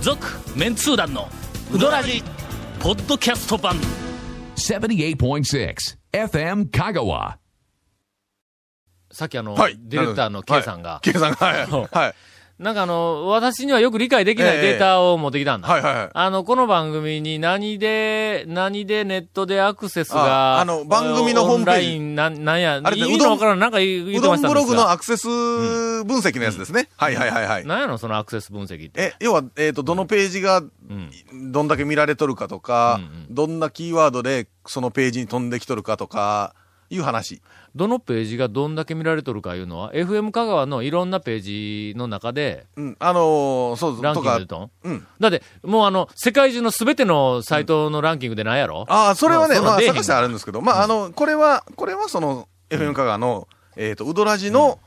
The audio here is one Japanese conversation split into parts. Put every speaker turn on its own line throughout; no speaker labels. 続メンツー団のウドラジポッドキャスト版
78.6 FM Kagawa.
さっきあの、
はい。
ディレクターの K さんが、
K さんが、はい。はい。
なんかあの、私にはよく理解できない
ええ
データを持ってきたんだ。
はいはいはい
あの、この番組に何で、何でネットでアクセスが、
ああの番組のホームページ
オンライン、なん、なんや、
あれって
意味
うど
の
ん
わからん、なんか言言
う
って
ど
ま
ん
したん
ブ
で
ロ
す
グの
が。
アクセス分析のやつですね。はいはいはいはい。
なんやの、そのアクセス分析って。
え、要は、えっ、と、どのページが、どんだけ見られとるかとか、どんなキーワードでそのページに飛んできとるかとか、いう話。
どのページがどんだけ見られとるかいうのは、FM 香川のいろんなページの中で、
うん。あのーそう、
ランキ
と
ング
か
で。と
うん。
だって、もうあの、世界中のすべてのサイトのランキングでないやろ、
ああ、それはね、
まあ
まあ、
出えへん
探してあるんですけど、まあ、あの、これは、これはその、FM 香川の、えっ、と、うどらじの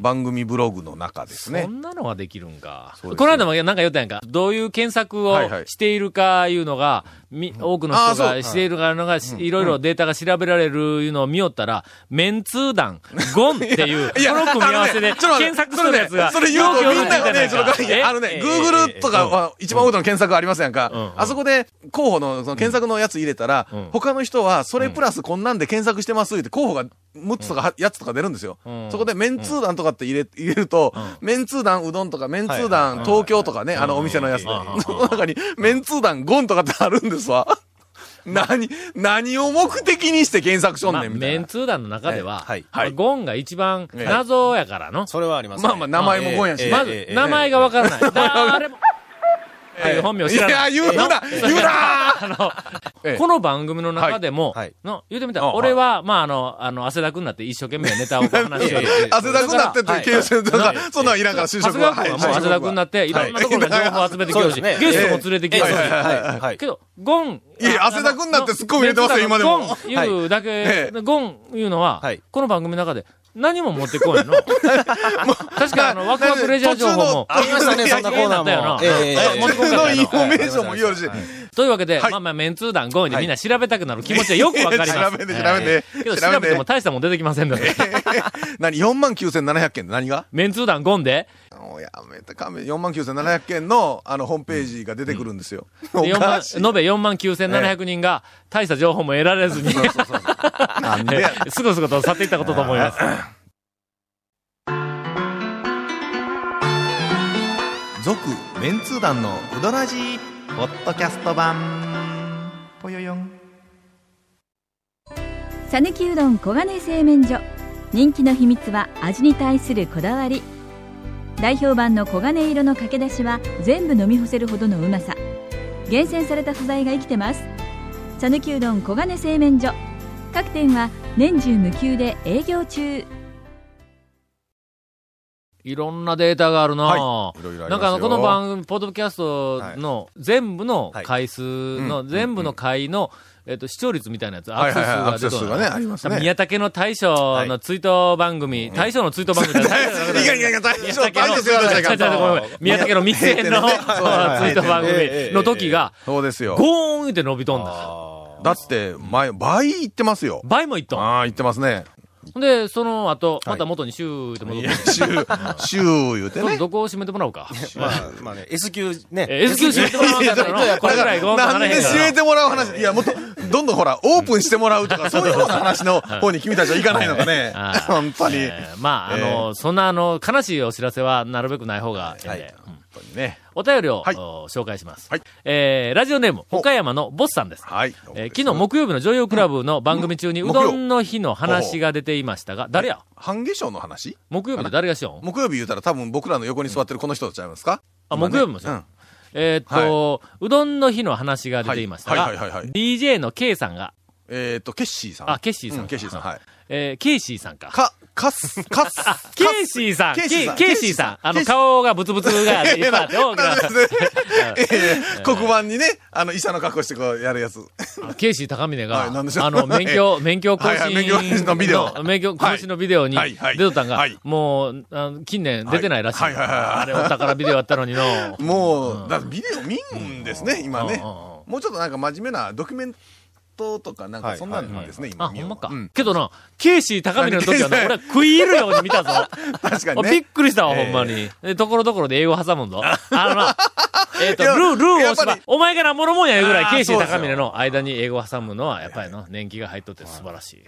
番組ブログの中ですね。
そんなのができるんか。
うですよ
この間もなんか言ったやんか。どういう検索を
はいはい
しているかいうのが、み多くの人
あーそうは
が
い
しているかのが、しいろいろデータが調べられるいうのを見よったら、メンツー団、ゴンっていう、こ
いや
の組み合わせで
あのねちょっと待っ
検
て
索するやつが、
それねそれ言う
よ
と
う
みんながね、ちょっと概念あのね、Google とか
は、
は一番多いの検索ありますやんか。
んうん
あそこで候補のその検索のやつ入れたら、
ん
他の人はそれプラスこんなんで検索してますって候補が6つとか8つとか出るんですよ。
うん
そこでメンツー団とかって入れ入れると、メンツー団うどんとかメンツー団東京とかね、あのお店のやつで、
うんうんうん
その中にメンツー団ゴンとかってあるんですわ。何、何を目的にして検索しとん
まあ
ねんみた
メ
い
ン
な。
ツー団の中では、
はい
まあゴンが一番
はい
謎やからの。
それはあります、ね。
まあまあ名前もゴンやし。
ええ
まず、名前がわからない。誰も、あいう本名を知らない。
いや、言うな言うな
あの、
ええ
この番組の中でも、
はいはい
の言うてみた
あ
ら、
はい
俺は、まあ、あの、あの、汗だくになって一生懸命ネタをこう話してる。
汗だくになってっていう形式で、
はい
そんなんいらんから、就
長
職
谷川
は。
君はもう汗だくになって、いろんなところから情報を集めてきよるし、
はい
ゲストも連れてきよるし、
はいはい
はいはい
けど、ゴン。
いや
あ
汗だくになって
あの
ツッコミ入れてますよ今でも
ゴンいうだけ
え、
ゴンいうのは
はい、
この番組の中で何も持ってこい の。確か、あの、ワクワクレジャー情報も。
ありましたね、そんなコーナーも。
いやいやいや
ええええ
もう
途
一個
中のインフォメーションも言うし、
というわけで、
はい
まあまあ、メンツー団5位でみんな調べたくなる気持ちはよくわかります。
い や調べて調べて
ええけど
調べ
調
て
べても大したもん出てきませんので。
何、4万9700件で何が
メンツー団5んで、
もうやめて、勘弁、4万9700件の、あの、ホームページが出てくるんですよ。お
4万、
かしい。
延べ4万9700人が、大した情報も得られずに、
なんでや
すぐすぐと去っていったことと思います。
続、メンツー団のうどらじ。
ポッドキャスト版ぽよよん
さぬきうどん黄金製麺所人気の秘密は味に対するこだわり代表版の黄金色のかけだしは全部飲み干せるほどのうまさ厳選された素材が生きてます「さぬきうどん黄金製麺所」各店は年中無休で営業中
いろんなデータがあるなぁ
はいいろいろありますよ
なんかあの、この番組、ポッドキャストの全部の回数
はいう
の、
ん
全部の回の、えっと、視聴率みたいなやつ、ア
は
ク
い
セ
はいはい、アク
スが
セ
出
ス
てる
がね、ありますね。
宮武の大将の追悼番組、大将の追悼番組だ大将の追悼番組
いやいやいや、大
宮
将、
武
大
の、
将すよ、大
違う違うごめんごめん宮武の三重県の
ね
そうツイート番組の時が、
そうですよ。
ゴーンって伸びとんだ。
だって、前、倍いってますよ。
倍もいっとん。
ああ、言ってますね。
ほんで、その後、また元にシューって戻っ
い
て
や、、 週、週言うて
ど
ね。
どこを締めてもらおうか。
まあ、まあね、S 級
え
ね。
S q 締めてもらわんかったら の、これぐらいゴーンと
な
なんらへん
で
から
締めてもらう話、いや、もっと、どんどんほら、オープンしてもらうと か、そういうような話の方に君たちはいかないのかね
あ。ー
本当に。
えーまあ、あの、そんな、あの、悲しいお知らせはなるべくない方がええんで、うん
本当にね。
お便りを、
はい
お紹介します。
はい
えーラジオネーム、岡山のボスさんです。
はい。
えー昨日木曜日の女優クラブの番組中に
うん
うどんの日の話が出ていましたが、誰や
半化粧の話
木曜日で誰がしよん
木曜日言うたら多分僕らの横に座ってるこの人ちゃいますか
あ、木曜日もし
う
よ
ん
ん。。えーっと、うどんの日の話が出ていました
はいはいはいは
が
いはい、
DJ の K さんが、
えっと、ケッシーさん。
あケッシーさん
うケッシーさん。はい。
えーケイシーさんか。
か、かす、かす。
あ、ケイシーさん、ケ
ケ
イ
イシーさん
ケイシーさん、あ
ケ
の、
イシー
顔がブツブツがいっぱいあって、大きな。
黒板にね、あの、医者の格好してこうやるやつ。
あケイシー高峰が、
はいなんでしょう
あの、免許、免許更
はいは
新
い免許更新のビデオ
免許更新のビデオに
はいはい
出とったんが、
はい
もう、あの近年出てないらしい。
はいはいはいはい
あれ、お宝ビデオやったのにの。
もう、だからビデオ見んですね、今ね。
うんうん
もうちょっとなんか真面目なドキュメントとかなん
は
か
い
そんなんですね、
あ、
今
ほ
見よ
ん
う
まか
う。ん
けどな、ケイシー高峰の時はな、
あ
俺は食い入るように見たぞ。
確かに
びっ
ね。
くりしたわ、ほ
ええ
ん まに。でところどころで英語挟むんぞ。あのな、えっ、と、ル
いや
ー、ルーを押せ
やっぱ
ば
り、
お前がなんぼのもんやいうぐらい、
あー
ケイシー
そうです
高
よ
峰の間に英語を挟むのは、やっぱりの、年季が入っとって素晴らしい。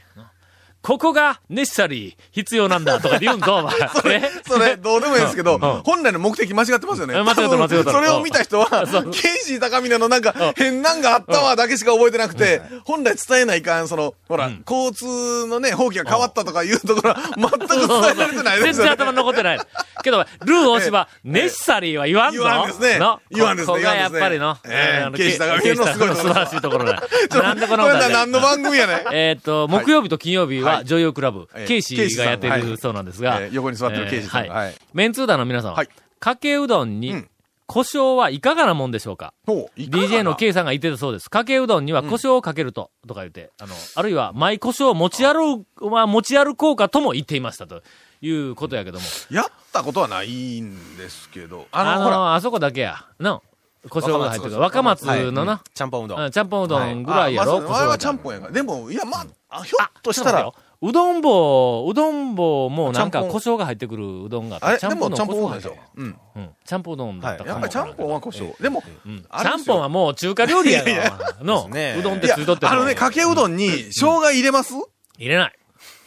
ここが、ネッシャリー、必要なんだ、とか言うんぞ、お前。それ
それ、どうでもいいんですけど、
うんうん
本来の目的間違ってますよね。
うん間違ってる
多分
間違ってる
それを見た人は、
そう
ケイシー高峰のなんか、変なんがあったわだけしか覚えてなくて、本来伝えないかん、その、ほら、交通のね、放棄が変わったとかいうところは、全く伝えられてないで
全
す
然
よね。
頭に残ってない。けど、ルー大芝、ネッサリーは言わんぞ。
言わんですね
の
言わんですね
ここがやっぱりの、
言わんですねええ
あの
ケイシ高峰のすご
ケイシ高峰
いところ
の素晴らしいところ だ。なんでこの
これ
歌
な
で
何の番組やね
えっと、木曜日と金曜日は
はい
女優クラブ、
ええ
ケイシーがやって
ケイシーさんは
る
い
そうなんですが、
ええ横に座ってるケイシーさん
ええ
が
は
はいい。
メンツー団の皆さん
は、
はいかけうどん
う
に
ん
胡椒はいかがなもんでしょうか
ほういかがな
DJ の K さんが言ってたそうです。かけうどんには胡椒をかけると、とか言って、あの、あるいは、舞胡椒を持ち歩く、まあ、持ち歩こうかとも言っていましたということやけども。
やったことはないんですけど、
あ
あ
の
の、ほら、
あそこだけや。の、胡椒が入ってるから。若松のな、
ちゃんぽんうどん。
うんちゃんぽんうどんぐらいや
あまあ
ろ、
そう
胡椒
前
が入
は
って
ち
る
ゃんぽんやから。でも、いや、まああ、ひょっと
ちょ
し
っと
た
待って
ら
よ、うどん棒、うどん棒もなん
ちゃん
か
ぽん
胡椒が入ってくるうどんが
あ
あっ
れ、
て、
でもちゃんぽんうどん
入っ
でし
る
てょ。うん。
うん。ちゃんぽんうどんだったかも
やっぱりちゃんぽん
わ
は胡椒。でも、
からんうん。ち
あれ
ゃ
で
ん
すよ
ぽんはもう中華料理やか
いやい
ら。の、
そうですね
うどんっ
い
て
や
ついとって
あのね、かけうどんに生姜入れます
入れない。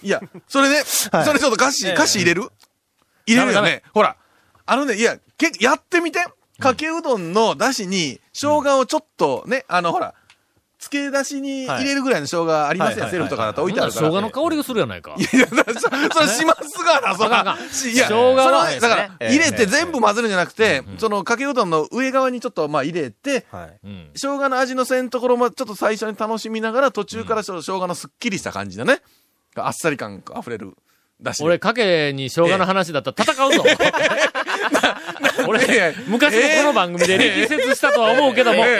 いや、それね、
はい
それちょっと菓子、
ええ
菓子入れる入れ
ダ
るよ
メダメ
ね。ほら、あのね、いや、けやってみて。かけうどんの出汁に、生姜をちょっとね、あの、ほら、漬け出しに入れるぐらいの生姜ありますやん。
はい
セルフとかだと置いてあ
ほん
る
な
からら。
生姜の香りがするやないか。
いや、だからそ それしますがな、そ
あかんあ
ら
かん。
しいや、
生姜は
それは
そうです
ね
だから、
ええ
入れて全部混ぜるんじゃなくて、その、かけうどんの上側にちょっと、まあ、入れて、
はい。
うん。
生姜の味のせんところもちょっと最初に楽しみながら途中からちょっと生姜のすっきりした感じだね。あっさり感あふれる。だし。
俺、かけに生姜の話だったら戦う ぞ。
いや
俺
いや、
昔のこの番組で力説したとは思うけども、
えええええええ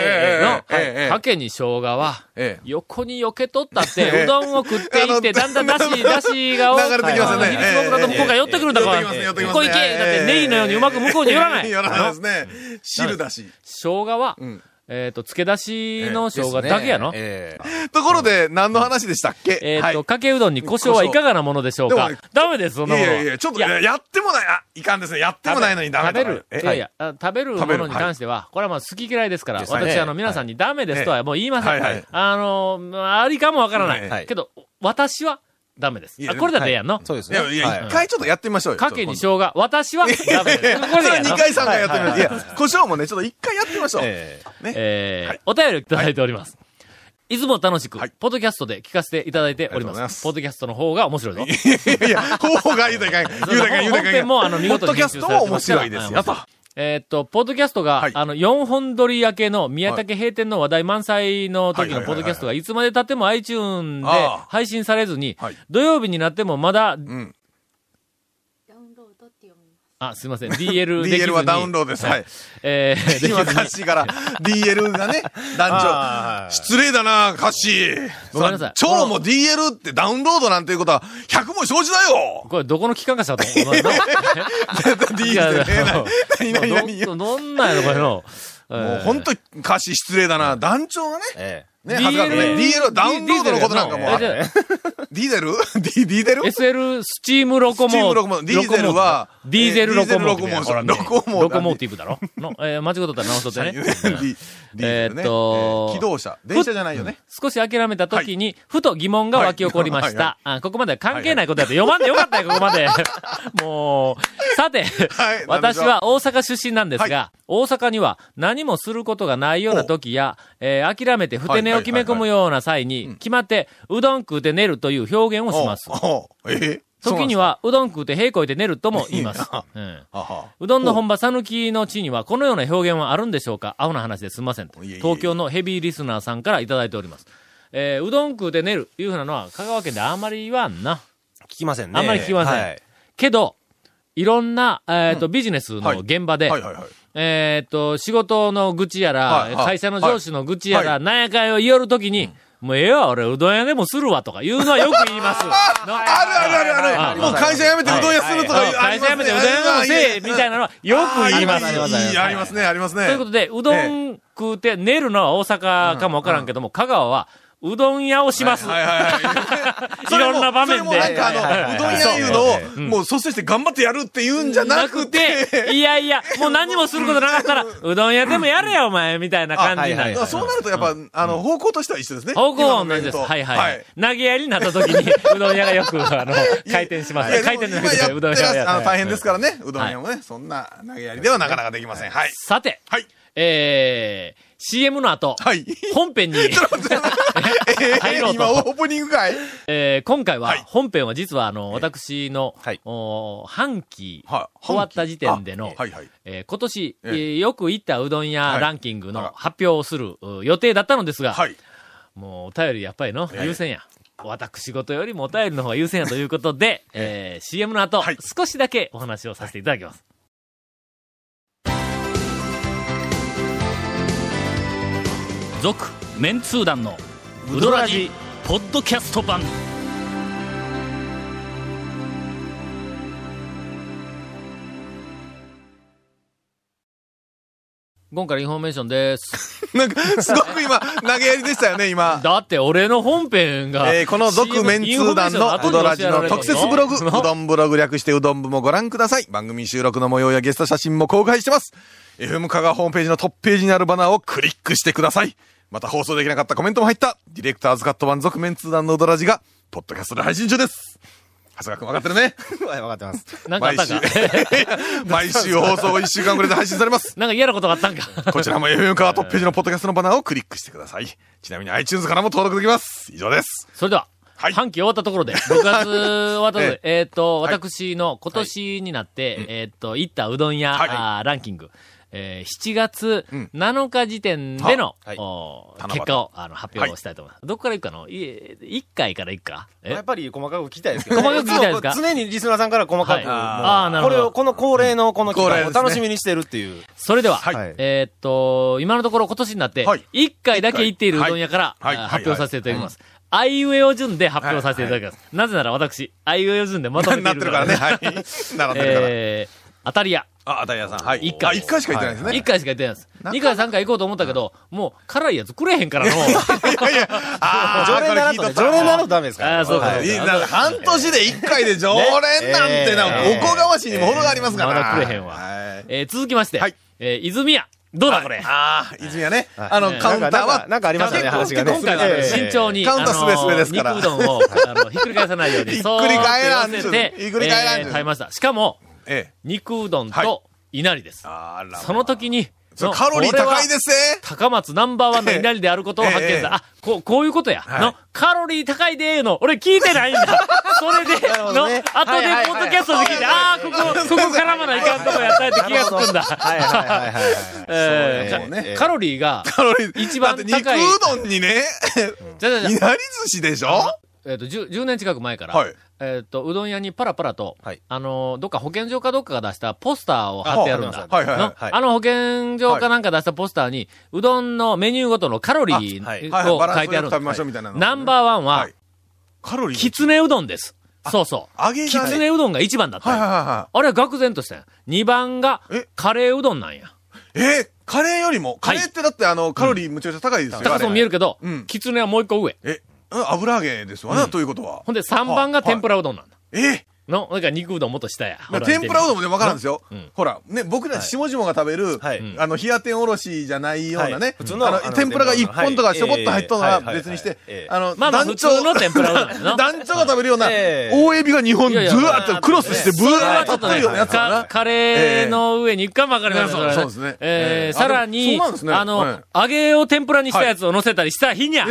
ええ
の、かけに生姜は、
ええ。
横に避けとったって、
ええ
うどんを食っていって、
あの
だんだんだし、 だしが多
流れてきますよね
比率が多くなると、向こうが寄ってくるんだから、
寄ってきますね寄ってき
向
ますね
こう行けだってネギのようにうまく向こうに寄 らない
やらないですね。汁だし。
生姜は
ん、
えっと、漬け出しの生姜だけやの
ええ
ところで、何の話でしたっけ
えっ
はい
と、かけうどんに胡椒はいかがなものでしょうか
でも
ダメです、そん
い
な
や
ものは。
いやいや、ちょっとね、やってもない、あ、いかんですね。やってもないのにダメ
食
だ
べ
な
る。
え
いやいや、あ食べるも
食べ
の
る
に関しては、これはまあ好き嫌いですから、
ですね
私、あの、皆さんにダメですとはもう言いませ
はいはいは
ん
い。
あの、ありかもわから
は
ないい。けど、私はダメです
い。や
あこれだってええやんの。
そうです
い
ね。
やいや、
は
一
い
回ちょっとやってみましょうよ。
かけに
ちょっ
生姜、私 はダメです。
と
こ
今
れでええやん
度それ2
の
回3回やってみましょう。いや、胡椒もね、ちょっと一回やってみましょう。
ええ
えーお便りをいただいております。いつも楽しく、
はい
ポッドキャストで聞かせていただいておりま
ありがとう
す。
ございます
ポッドキャストの方が面白いぞ。
いやいや、方が言うたらいかん。 言うたらいかん、言うたら
本
いかん。
編もあの見
ポッ
事
ド
に
キ
編
ャス
集
ト
され
は
てま
面
すから
白いですよ。と。
えーっと、ポッドキャストが、
はい
あの、4本撮り明けの宮武閉店の話題満載の時
は
の
い
ポッドキャストがいつまで経っても iTune で
ああ
配信されずに
はい、
土曜日になってもまだ、
ん
あ、すいま せん、DL できず
DL
に。
はダウンロードです。はい。
えー、 できず
今、
に
歌詞から DL がね、男女。失礼だな、歌詞。
ごめんなさい
超も DL ってダウンロードなんていうことは、100も承知だよ
これどこの機関かしらと思 う。 いや
!DL ってね、何々何々
どんどんなんやろ、これの。
もう本当に歌詞失礼だな。団長がね、
ええ
ね、恥ずかしいね。DL はダウンロードのことなんかもう。
えー
DL? D- DL?
SL スチームロコモ
スチームロコモディーゼルは
ディーゼルロコモ
ディーゼルロコモ
ロ
ロ
コモ
コモ
ーティブロコモーティブだろの、えー間違っとったら直しとってね
D- DL ね
えーっと
えー機動車。電車じゃないよね。
少し諦めた時に、ふと疑問が湧き起こりまし
は
た。あここまでは関係ないことだって読まんでよかったよ、ここまで。 もう、さて、
はい
私は大阪出身なんですが、大阪には何もすることがないような時や、えー諦めてふて寝を決め込むような際に、決まって、うどん食うて寝るという表現をします。
おうおうええ
時に。は、うどん食うて平こいて寝るとも言います。うん
そうなんですかはは
うどんの本場、さぬきの地には、このような表現はあるんでしょうか青な話ですみませんと。
いえいえいえ
東京のヘビーリスナーさんからいただいております。えーうどん食うで寝る、いうふうなのは、香川県であんまり言わんな。
聞きませんね。
あんまり聞きません
はい
けど、いろんな、えっ、と、ビジネス
はい
の現場で、
はいはいはい。
えっ、と、仕事の愚痴やら、
はいはい
会社の上司の愚痴やら、
は
なんやかんやを言おるときに、もうええわ、俺、うどん屋でもするわ、とか言うのはよく言い ます。の
あるあるあるあ
あ
る。もう会社辞めてうどん屋するとか
そう会社辞めてうどん屋でもせえ、みたいなのはよく言います。
いい、ありますね、ありますね。
ということで、うどん食うて寝るのは大阪かもわからんけども、香川は、うどん屋をします。
はいはいはい。それも
いろんな場面で
それもなんかあの、
はいはいはいう
どん屋いう
そう
のを、もう率先して頑張ってやるって言うんじゃなくて、
いやいや、もう何もすることなかった ら、うどん屋でもやれよ、お前、みたいな感じにな
あはい
る
は。い
そうなるとやっぱ、あの、方向としては一緒ですね。
方向は同
今の
じ
見
です。
ると
はいはい。投げやりになった時に、 うどん屋がよく、あの、回転しま
い
す。
や
回
で
転の
も今
時
や
で
っ
う
て
どん
ら
屋が
し
やっ
あの
て
大変ですからね、うどん屋もね、そんな投げやりではなかなかできません。はい。
さて、
はい。
えー、CM の後、
はい。
本 編に、
え
入ろう
ー
と
今オープニングかい
えー今回は
はい、
本編は実は、あの、私の
はい、
おー半期、
はい
終わった時点での
あはいはい。
えー今年、え
ええ
ーよく行ったうどん屋
はい
ランキング
あ
の
ら
発表をするう予定だったのですが、
はい。
もうお便りやっぱりの、
ええ
優先や。私事よりもお便りの方が優先やということ で、えー CM の後、
はい
少しだけお話をさせていただきます。
続メンツー団のウドラジポッドキャスト版
今回インフォメーションです。
なんか、すごく今、投げやりでしたよね、 今。
だって俺の本編が、
えーこの続
CM
メンツー団のうどらじの特設ブログ、
インフ
う
ォメーションの後に教えられるの
どんブログ略してうどん部もご覧ください。番組収録の模様やゲスト写真も公開してます。FM 香川ホームページのトップページにあるバナーをクリックしてください。また放送できなかったコメントも入った、ディレクターズカット版続メンツー団のうどらじが、ポッドキャストで配信中です。長谷川くん分かってるね。
はい、わかってま す。
なんかあったんか
毎週 放送1週間ぐらいで配信されます。
なんか嫌なことがあったんか
こちらも FM カートップページのポッドキャストのバナーをクリックしてください。ちなみに iTunes からも登録できます。以上です。
それでは、
はい
半期終わったところで、6月終 わったところで、えっ、と、
はい
私の今年になって、えっ、と、行ったうどん屋、
はい
あーランキング、えー7月
うん
7日時点での、
はい
おー
七夕
結果をあの発表をしたいと思います。どこから行くかの ?1 回から行くかえ
やっぱり細かく聞きたいですけど、
細かく聞きたいですか
つも常にリスナーさんから細かく、
はい
もう
あーなるほ
こ
ど
れを、この恒例のこの機
恒例
会
で
を
すね
楽しみにしてるっていう。
それでは、
はい
えーっと、今のところ今年になって、
はい
1回だけ行っているうどん屋から、
はいはい
あ発表させていただきます。あいうえお順で発表させていただきます。なぜなら私、あいうえお順でまとめて
ないって
る
る
か
からら
ね。
ね。はい。並んでるから。
えー、当たり屋。
あ、あたり屋さん。はい。
一回
あ一回しか行ってないですね。
一回しか行ってないです。二回三回行こうと思ったけど、もう辛いやつくれへんからの。
いやいや、あ
常連なら
ー
ん
ことれ聞
ね、
いと
常連な
っ
らダメですから。
あーそうか
はい
たいいな半年で一回で常連なんてな、
ね
おこがましいにも程がありますか
ま
ら。
だくれへんわ
はい。
えー続きまして、
はい
えー泉屋。どうだこれ。
ああ、泉はね、
はい
あの、
ね
カウンター
なん
は
か、なんかありましたね、話がね。
結
今
構
回は
ええ
慎重に、
カウンターすべすべですから
あのー肉う どんを、あの、ひっくり返さないように、
ひっくり返らん
そーっと寄せて
ひっくり返らん
えー食べました。しかも、
ええ。
肉うどん
はい
と稲荷です。
あら
その時に、
それ
の
カロリー
これは
高いですね。
高松ナンバーワンの稲荷であることを発見し
ええ
た。あ、こう、こういうことや。
はい
の、カロリー高いでーの、俺聞いてないんだ。 それで、
るほ
の、後
ど
で
ね
ポッドキャストで聞いて、あー、ここ、ここ絡まないかんとこやったって気がつくんだ。
はいはいはいはいはい。
え
そうね
ーカロリー が、
カロリー。
一番高い
だって肉うどんにね、
じゃじゃじゃ
いなり寿司でしょ
えっ、と10、10年近く前から、
はい
えっ、と、うどん屋にパラパラと、
はい
あのー、どっか保健所かどっかが出したポスターを貼ってあるんだ。
あ
はいはいはい
の
はい
あの保健所かなんか出したポスターに、うどんのメニューごとのカロリー
あはい
はいはい、
を
バラ
書
ン
い
ス
てあ
よ
るん
く
だ
食べましょうみたいなの。
ナンバーワンは
はい、カロリー。
きつねうどんです。そうそう。
揚げ
き
がね
つねうどんが一番だった
はい
よ。
はいはいはい。
あれは愕然としたよ。2番が
え、
カレーうどんなんや。
えーカレーよりも、カレーってだってあの、カロリーむちゃくちゃ高いですよ。
高そう見えるけど
うん、
きつねはもう一個上。
あれえ、うん油揚げですわな、ということは。
ほんで3番が天ぷらうどんなんだ。
えー
の、なんか肉うどんもっと下や。
まあ天ぷらうどんもね、わからんです
よ。
よ
ん。
ほら、ね、僕ら下々が食べる
はい、
あの、冷や天おろしじゃないような
はい
ね
普通の
あの
あの
天ぷらが一
天ぷらの
本とか
はい
ちょこっと入っとるのは
ええ
別にして
ええ、
あの、
まあまあ
団長
普通の天ぷらう どんやな
団長が食べるような、
ええ
大エビが日本、
いや
ず
いや
わーっとクロスして、ブ
それ
ワー
は
っ
ちょ
と
っと
取
ね、
るようなやつだ
か
な。
カレーの上に行くかもわかりません
そうそうですね
え
え
ー
ー
さら
あで
に、
もそうなんですね
あの、揚げを天ぷらにしたやつを乗せたりした日にゃ、こ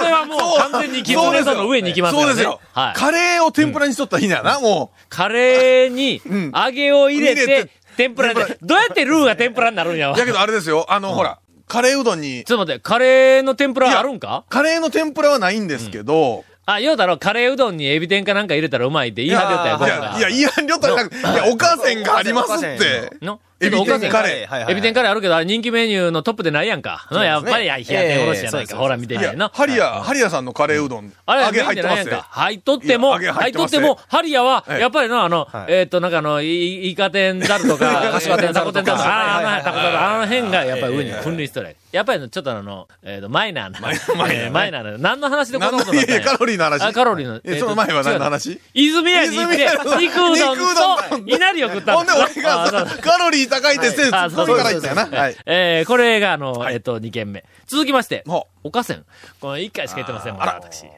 れはもう完全にきつねうどんの上に行きますか
そう
ら
で
ね。
すよ。
はい。
カレーを天ぷらにしとった日にはな、もう。
カレーに
ん
揚げを入れ
入れ
て
て、
天ぷらで、どうやってルーが天ぷらになるんやわ。ち
だ
ょ
けどあれですよ、あの、ほら、カレーうどんに
っ、と待って、カレーの天ぷらあるんか
カレーの天ぷらはないんですけど、
あ、ようだろ、カレーうどんにエビ天かなんか入れたらうまいって言い張りよったやん僕が
いや、いや、いや、となく、いや、お母さんがありますって。
の
エビ天カレ
はいはいはい
エビ天カレーあるけど、あれ人気メニューのトップでないやんか。のやっぱり、いや、冷や天おろしやないか。
ええ
ほら、見て
ー。
み
い
て
や
な、。
ハリア、ハリアさんのカレーうどん、
あれ、
揚げ入ってま
メイン
す
じゃないやん
よ
か。。入っとっても、
いや揚げ
入
入
っ
って
とっ
ます
て
ね
も、ハリアは、
ええ
やっぱりの、あの、
はい
えっ、と、なんかあの、いイカ天ザルとか、
カシワ天ザルとか
あの、あの、あの
はいはいはいはい
あの辺が、やっぱり上に君臨してる。やっぱりちょっとあの、えっ、と、マイナーな。
マイマイナーな
えマイナーな。何の話でこんな
何
こと
の
に
い
な
や
っ
い
たんや
やカロリーの話。
あカロリーの。
え、その前は何の
違う
話
泉屋に行って
泉屋の、
肉うどん
肉うど
と
ん、だ
稲荷を食った
ほ
ん
ん
で
です俺が
あそう
さカロリー高いってせいでツ
はいあ
ッ
そう
コミから言ったよな。はい。
えー、これが、あの、
はい
えっ、と、2件目。続きまして
ほ、
おかせん。この1回しか言ってませんもん、
あら
私。
え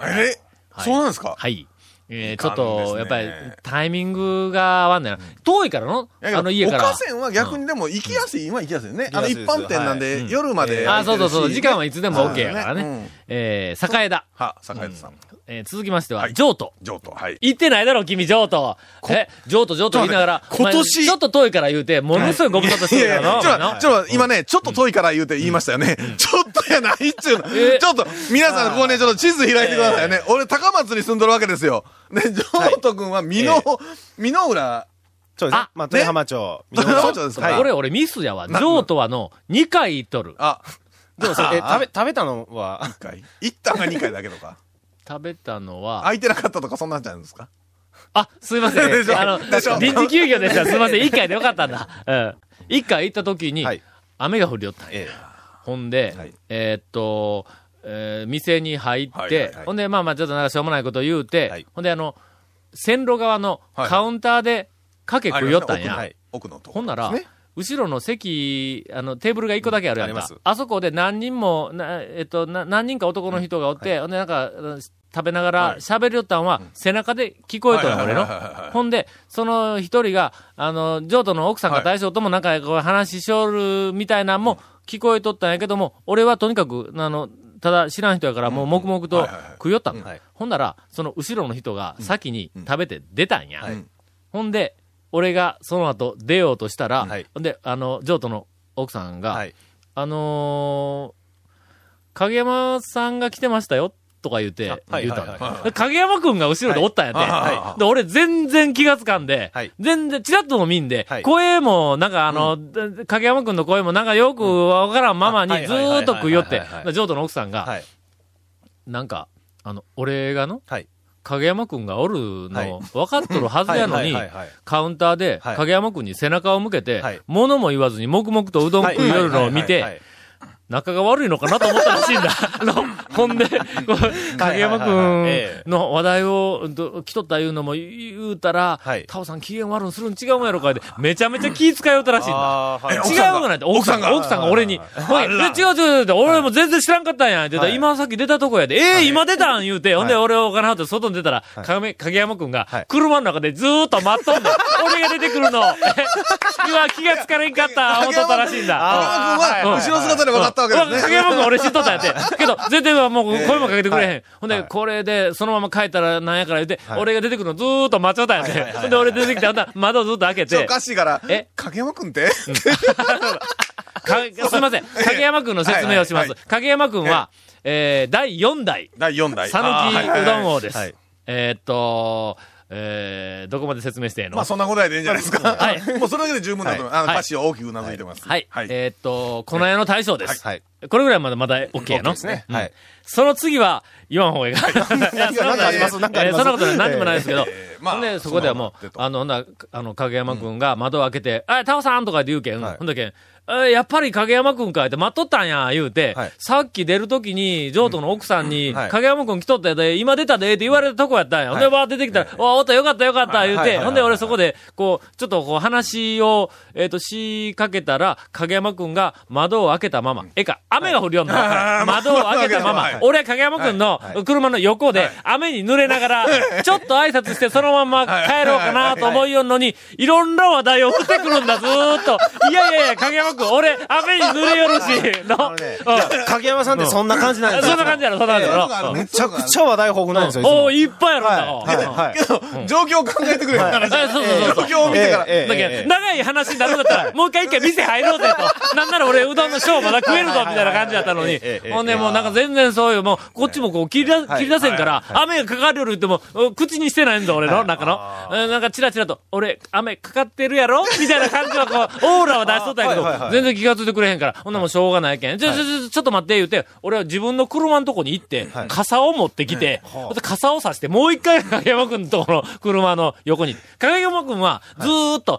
はい
そうなんですか
はい。えー、ちょ
か
っ
んですね
と、やっぱり、タイミングが合わんねんな。遠いからの
いやけど
あの家から。
おかせんは逆にでも行きやすい、今行きやすいよね。あの
行
一
きやすいです
般店なん
は
で、
い
うん夜まで
あ、
開いて
そう
るし。
そうそう。時間はい
ね
つでも OK やからね。
そうだよねうん
えー、栄田。
は、坂井さん。
えー、続きましては、
はい
譲渡。
譲渡。はい。
行ってないだろ、君、譲渡。え、譲渡、譲渡言いながら、
ちょっと待って今年
お前ちょっと遠いから言うて、ものすごいご無沙汰して
い
る
や
か
い
らな。
や、ちょっと待って、ちょっと待って今
ね。
ね、ちょっと遠いから言うて言いましたよね。ちょっとやないっちゅうの。
え
ちょっと、皆さん、ここね、ちょっと地図開いてくださいね。俺、高松に住んどるわけですよ。で、譲渡君は、美濃、美濃浦、
そうですね
あ。
まあ、豊浜町。
ね
美濃
豊浜町ですか
はい
これ俺ミスやわ。譲渡はの、2回行っとる。
あ、
どうですえ、食べ、食べたのは、
一回。一旦が二回だけとか。
食べたのは、
空いてなかったとか、そんなんじゃないですか。
あ、すいませ
でし
ん。
ょ
あの、
でしょ
臨時休業でした。すいません。1回でよかったんだ。うん。1回行った時に
はい、
雨が降りよったんや
え
ほんで、
はい
えーっと、えー店に入って、
はいはいはい
ほんで、まあまあ、ちょっとなんかしょうもないこと言うて、
はい
ほんで、あの、線路側の
はい
カウンターで、かけ食いよったんや。
ありますね奥の、奥のとこ
ほんなら、
ですね
後ろの席、あの、テーブルが一個だけあるやん
うんあ
か
ります。
あそこで何人も、なえっとな、何人か男の人がおって、ほんで、なんか、あの食べながら
はい
喋りよったんは、背中で聞こえとるの、
はい
俺
はいは
の
いはいはい。
ほんで、その一人が、あの、譲渡の奥さんが
はい
大将ともなんかこう話ししょるみたいなんも聞こえとったんやけども、俺はとにかく、あの、ただ知らん人やからもう黙々と
はいはいはい
食いよったん
うんはい
ほんなら、その後ろの人が先に
うん
食べて出たんや。
はい
ほんで、俺がその後出ようとしたら、
はい
ほんで、あの、譲渡の奥さんが、
はい。
あのー影山さんが来てましたよ、とか言うて、
はい
言うたん
はい
だで影山くんが後ろでおったんやて、
はいあー
で、俺全然気がつかんで、
はい
全然、チラッとも見んで、
はい
声も、なんかあの、影山くんの声もなんかよくわからんままに
うんあはい
ずーっと食いよって
はいはいはいはいは
で
い、
譲渡の奥さんが、
はい。
なんか、あの、俺がの、
はい
影山くんがおる
はい
の、分かっとるはずやのに
はいはいはいはい、
カウンターで、
はい
影山くんに背中を向けて、
はい
物も言わずに黙々とうどん食いよるのを見
はいはい
て、仲が悪いのかなと思ったらしいんだ。あの、ほんで、こう影山くんの話題を、ど来とったいうのも言うたら、
はい
タオさん機嫌悪いのするん違うんやろかって、めちゃめちゃ気遣いよったらしいんだ。
あーはい
え
はい
奥
違
さんが
うくないって、奥さんが、奥
奥
さんが俺に。ほいで違う違う違う、俺も全然知らんかったんや。って言ったら、
はい
今さっき出たとこやで、ええ、今出たん言うて、ほんで
は
俺お金払って外に出たら、影影山くんが
はい、
車の中でずーっと待っとんの。俺が出てくるの。う わ、気がつかれんかった、思っとったらしいんだ。
あー
影山君は、後ろ姿で分かったわけです
う
ね
ん。影山君俺知っとったんやって。けど、全然はもう声もかけてくれへん。ほんで、これで、そのまま帰ったらなんやから言うて、俺が出てくるのずーっと待っちゃったんやって。ほんで、俺出てきて、あんな窓をずっと開け
ちょお
て、
かしいから、
え
影山君って
かすみません。影山くんの説明をします。
はいはいはい
影山くんは、えー、第4代、
第4代。
さぬきうどん王です。
はい
えーっと、えー、どこまで説明していいの、
まあそんな答えでいいんじゃないですか。
はい
もうそれだけで十分だと思います。あの
はい
歌詞を大きくうなずいてます。
はい、
はい。
えーっと、粉屋の大将です。
はい。
これぐらいまでまだ OK やの、
ですね。はい。
その次は、言わん方がいいか。いやそんなこと
なんかありますなんかあ ります
そんなことない何でもないですけど。
えーまあ
ほんで、そこではも
そうんな、の
あの、ほんならあの、影山くんが窓を開けて、あ、タオさんとかって言うけん。
はい
ほんだけん、えーやっぱり影山くんかって待っとったんや、言うて、
はい
さっき出るときに、譲渡の奥さんに、
はい
影山くん来とったで、今出たで、って言われたとこやったんや。ほんで、
はい
わー出てきたら、わーおったよかったよかった、言う
はいはいはい
て、
はい
ほんで俺そこで、こう、ちょっとこう話を、えっと、しかけたら、影山くんが窓を開けたまま、ええか、雨が降りよんの。 窓を開けたま
はい
ま、俺は影山くんの車の横で雨に濡れながら、ちょっと挨拶してそのまま帰ろうかなと思いよんのに、いろんな話題を振ってくるんだ、ずーっと。いやいやいや、影山くん、俺雨に濡れよるし、の。
あのね
うん
いや影山さんってそんな感じなんですよ。
そんな感じやろ、そんな感じや
な
ろ
んかあ。の
め
め
ち
ち
ゃ
ゃ
く
く
ち
ち
ゃ話題豊富なんですよ。いつも
おお、いっぱいあるんだ、おう
はい。はい。はい。
ゃ、状況を考えてくれる
あ
話。
そうそうそうそう。
状況を見てから。
ええ
だけど、長い話になるんだっ たら、もう一回一回店入ろうぜと。なんなら俺、うどんのショーまだ食えるぞ、みたいな感じだったのに
えええええ。え
ほんで、もうなんか全然そういう、もう、こっちもこう、切りだ、切り出せんから、雨がかかるより言っても、うん口にしてないんだ、俺の、中の。うんなんか、チラチラと、俺、雨かかってるやろみたいな感じは、こう、オーラは出しとったんや
はいはい
け
は
ど、
い
全然気がついてくれへんから、ほんなもうしょうがないけん。ちょ、ちょ、ちょ、ちょっと待って、言うて、俺は自分の車のとこに行って、傘を持ってきて、ほんで傘をさして、もう一回、影山くんのとこの車の横に。影山くんは、ずーっ と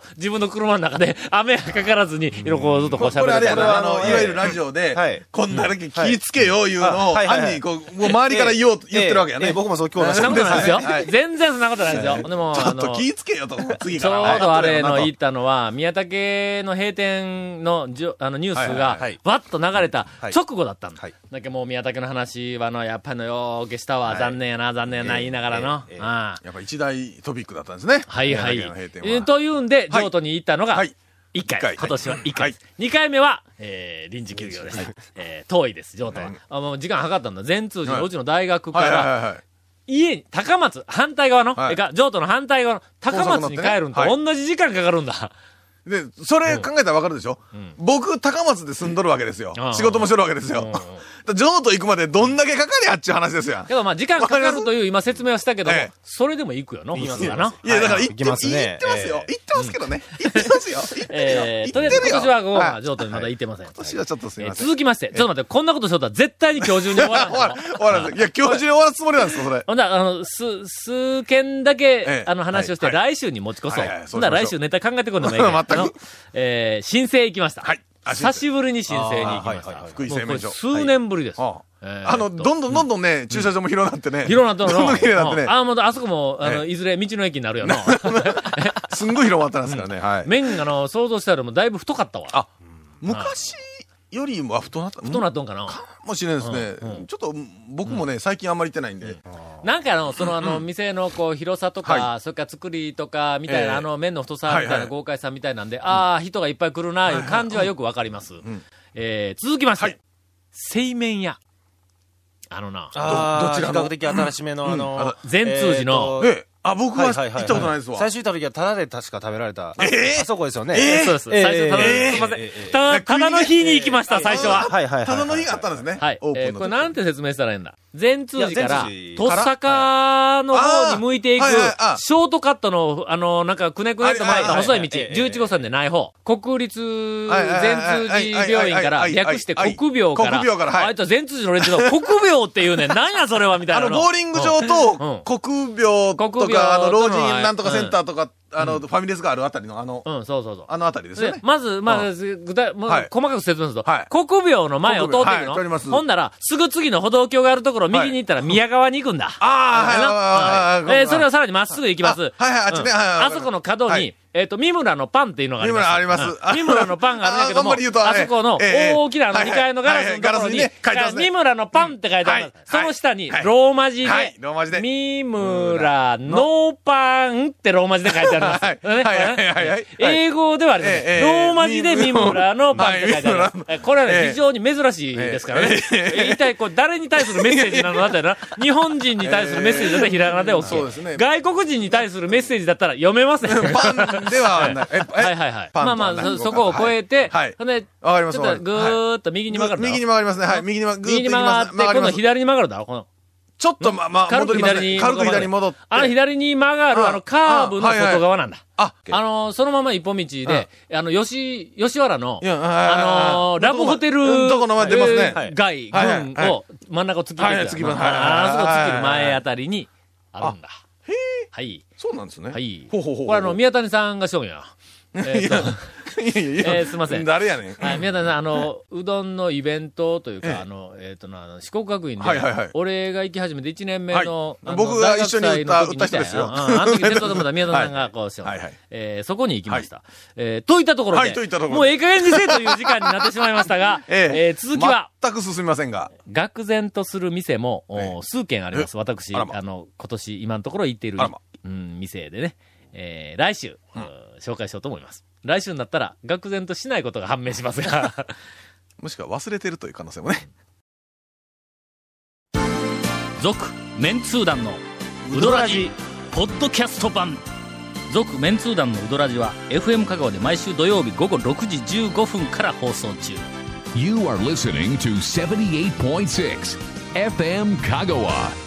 はい
こんなだけ気ぃつけよ、いうのを、
はいはいは
犯
い
人、こう、もう周りから言おう、言ってるわけや
えええ
ね。
え僕もそう聞こえまし
そ
た
んなことないですよ
はい。
全然そんなことないですよ。でも、
ちょ
あ
っと
の、
気ぃつけよと、次
ちょ
か
う
ら。
どあれの言
い
っ、たのは、宮武の閉店のじゅあのニュース
はい
が
はいはい、
わっと流れた
はい
直後だったの。
はい
だけどもう宮武の話はの、やっぱりのようけしたわ、
い
残念やな、残念やな、
ええ
言いながらの。
ええええ
ああ
やっぱ一大トピックだったんですね。
はいはい。え
宮崎の閉店は
ーというんで、
はい
譲渡に行ったのが
はい、
1
は
回。
い
今年は1
は
回
い
です。2回目は、えー臨時休業です。えー遠いです、譲渡は。あもう時間計ったんだ。全通寺
は
の
いう
ちの大学か
はいはい
ら、
はいはい。
家に、高松、反対側の、
はい
えか、譲渡の反対側の、高松に帰るんと
高速乗ってね
同じ時間かかるんだ。
で、それ考えたらわかるでしょ、
ん
僕、高松で住んどるわけですよ
うん。
仕事もしてるわけです
うん
よ。譲渡行くまでどんだけかかりゃっちゅう話ですやん。
けどまあ、時間かかるという今説明をしたけども
ええ、
それでも行くよの、普通はな。
いや、だから行って
行き
ま
ますす
よ。
ね
行ってますよ
え。
行
え
ってますけどね。行ってますよ。行ってる よ。
えー、と
行
り
っ
あえず
てるよ。
今年は、まあ、
い
譲渡にまだ行ってません。
今年はちょっとすみ
えー
ません。
続きまして、ちょっと待って、こんなことしよったら絶対に今日中に終わらん
終わら
ぞ
ん。 終わらんいや、今日中に終わらすつもりなんですよ、そ れ。
ほんだらあの、す、数件だけ、
ええ
あの話をして、
はい
来週に持ち越そう。
はいはいそうし
ほんだら
ましょ
来週
う
ネタ考えてこんでもいいけど、
全く
あのえー、申請行きました。
はいあ申請
久しぶりに申請に行きまし
あーはいはいは
た
い。
福井製
もう
麺所
これ数年ぶりです。
あ
えーっと
あの、どんどんどんどんね、駐車場も広なってね。
広なったの
どんどん広なってね。
ああ、もう、あそこも、あの、
え
いずれ道の駅になる よな。
すんごい広まったんですからね。は い。
麺、あの、想像したよりもだいぶ太かったわ。
あ昔よりも太なった。
太なっとんかな。
かもしれないですね。ちょっと、僕もね、最近あんまり行ってないんで。
なんかあの、そのあの、店のこう、広さと
は
か、それから作りとか、みたい
ええ
な、あの、麺の太さ
はい
みたいな
はい
豪快さみたいなんで、ああ、人がいっぱい来るな、いう感じはよくわかります。えー続きまし
は
て
い、
製麺屋。あのな、
あ
ど
ー
どちらの
比較的新しめの、あ
うんあの
の、
善通寺の
ええ。あ、僕は行ったことないですわ。
最初行った時はタダで確か食べられた。
えー
あそこですよね。
えー
そうです。
ええ
最初、ただ、
ええ
すいません
ええ。
ただ、ただの日に行きました、
ええ
最初は。
はいはいはいはい
ただの日があったんですね。
はい。
オープンの
え
時
ーこれなんて説明したらいいんだ全通寺から、
いや善
とっ
通寺から
さかの方に向いていく、
あーはいはいあ
ショートカットの、あの、なんか、くねくねっと曲がった
はいはいはい
細い道、
ええええ
11号線でない方、国立
はいはい
全
はい
通寺病院から、
はいはいはいはい
略して国病から、
国病からはい
あいつは全通寺の連中の国病っていう ね、なんやそれはみたい
あ
な
の、ボーリング場と、国病と
国病
か、あの、老人
との
なんとかセンターとか、あの、ファミレスがあるあたりの、あの、
うん、そうそうそう。
あのあたりですよ
で
ね。
まず、ま
う
あ、具体、もう
はい
細かく説明すると、
はい
国病の前を通っていく
国病
の、
はい通ります
ほんなら、すぐ次の歩道橋があるところ、右に行ったら宮川に行くんだ。
ああ、はいはいはいはい
え
は
ー
い。
それをさらにまっすぐ行きます。
あはいはいあっちね
うん
はいはい
あそこの角
は
に
い、
えっと、三村のパンっていうのがあります。
三村あります
うん三村のパンがあるんだけども、
ああんまり言うと
あそこの
ええええ
大きなあの
はい
2
はい
階のガラスのところ
はいはいガラスに
に
ね、書いてますね
三村のパンって書いてありま
うんはい
す。その下に
は、い
ローマ字で
はい、ローマ字で
三村のパンってローマ字で書いてあります。
はい
ね
はいはいはいはい
英語ではありません
ええええ
ローマ字で三村のパンって書いてありま
は
す
い
え。これは
え
ね
え
非常に珍しいですからね
え。
一体これ誰に対するメッセージなのだったら、日本人に対するメッセージだったらひらがなで OK。
そうですね
外国人に対するメッセージだったら読めません。は
パンではない。え、え
い はいはい。
パ
ま
ンと
あ
は
まあ、
何
そ
語か
そこを超えて、
はい。
ほんで、ち
わか
ょ
りま
っ
す
と
わかります
ぐーっと右に曲がるだろ
右に曲がりますね。はい。右に曲が
右に曲がって、今度左に曲がるだろこの。
ちょっと、まあ、まあ、
軽
戻
く
ります
左に
ね。軽く左に戻って。
あの左に曲がる、
あ
あのカーブの
あはいはい
外側なんだ。
あ、
あの、そのまま一本道で、あの、吉、吉原の、
いや
あの、ラブホテル、
うんどこの前出ますね
えー街、
はいはい
群
はい
を真ん中を突き抜
はい
け
突
て
き
ま
抜
あ
けはい
あそこ突きる
はい
前
はい
あたりにあるんだ。はい。
そうなんですね。
はい。
ほうほうほう。
これあの、宮谷さんがしょん や。えーと
いやいやいや
えーすいません
誰やねん。
はい、宮田さん、あの、うどんのイベントという
ええ
か、あの、えっとな、あの四国学院で
はいはいはい、
俺が行き始めて1年目の、
はい
あの
僕が一緒に
大学祭の時
打った人ですよ
うんうんあの時、 手伝ってもらった宮田さんが、こうしよう
はいはい。
えーそこに行きました。えーといったところ
は
で
いといったところ、で
もうええ加減にせえという時間になってしまいました が、えー続きは、。
全く進みませんが。
愕然とする店も、お
ええ
数軒あります。私、
あ
あ
らま
の、今年、今のところ行っている、
あらま
うん、店でね、えー来週、うん紹介しようと思います。来週になったら、愕然としないことが判明しますが。
もしくは忘れてるという可能性もね。
続メンツー団のウドラジポッドキャスト版続メンツー団のウドラジは FM 香川で毎週土曜日午後6時15分から放送中
You are listening to 78.6 FM Kagawa.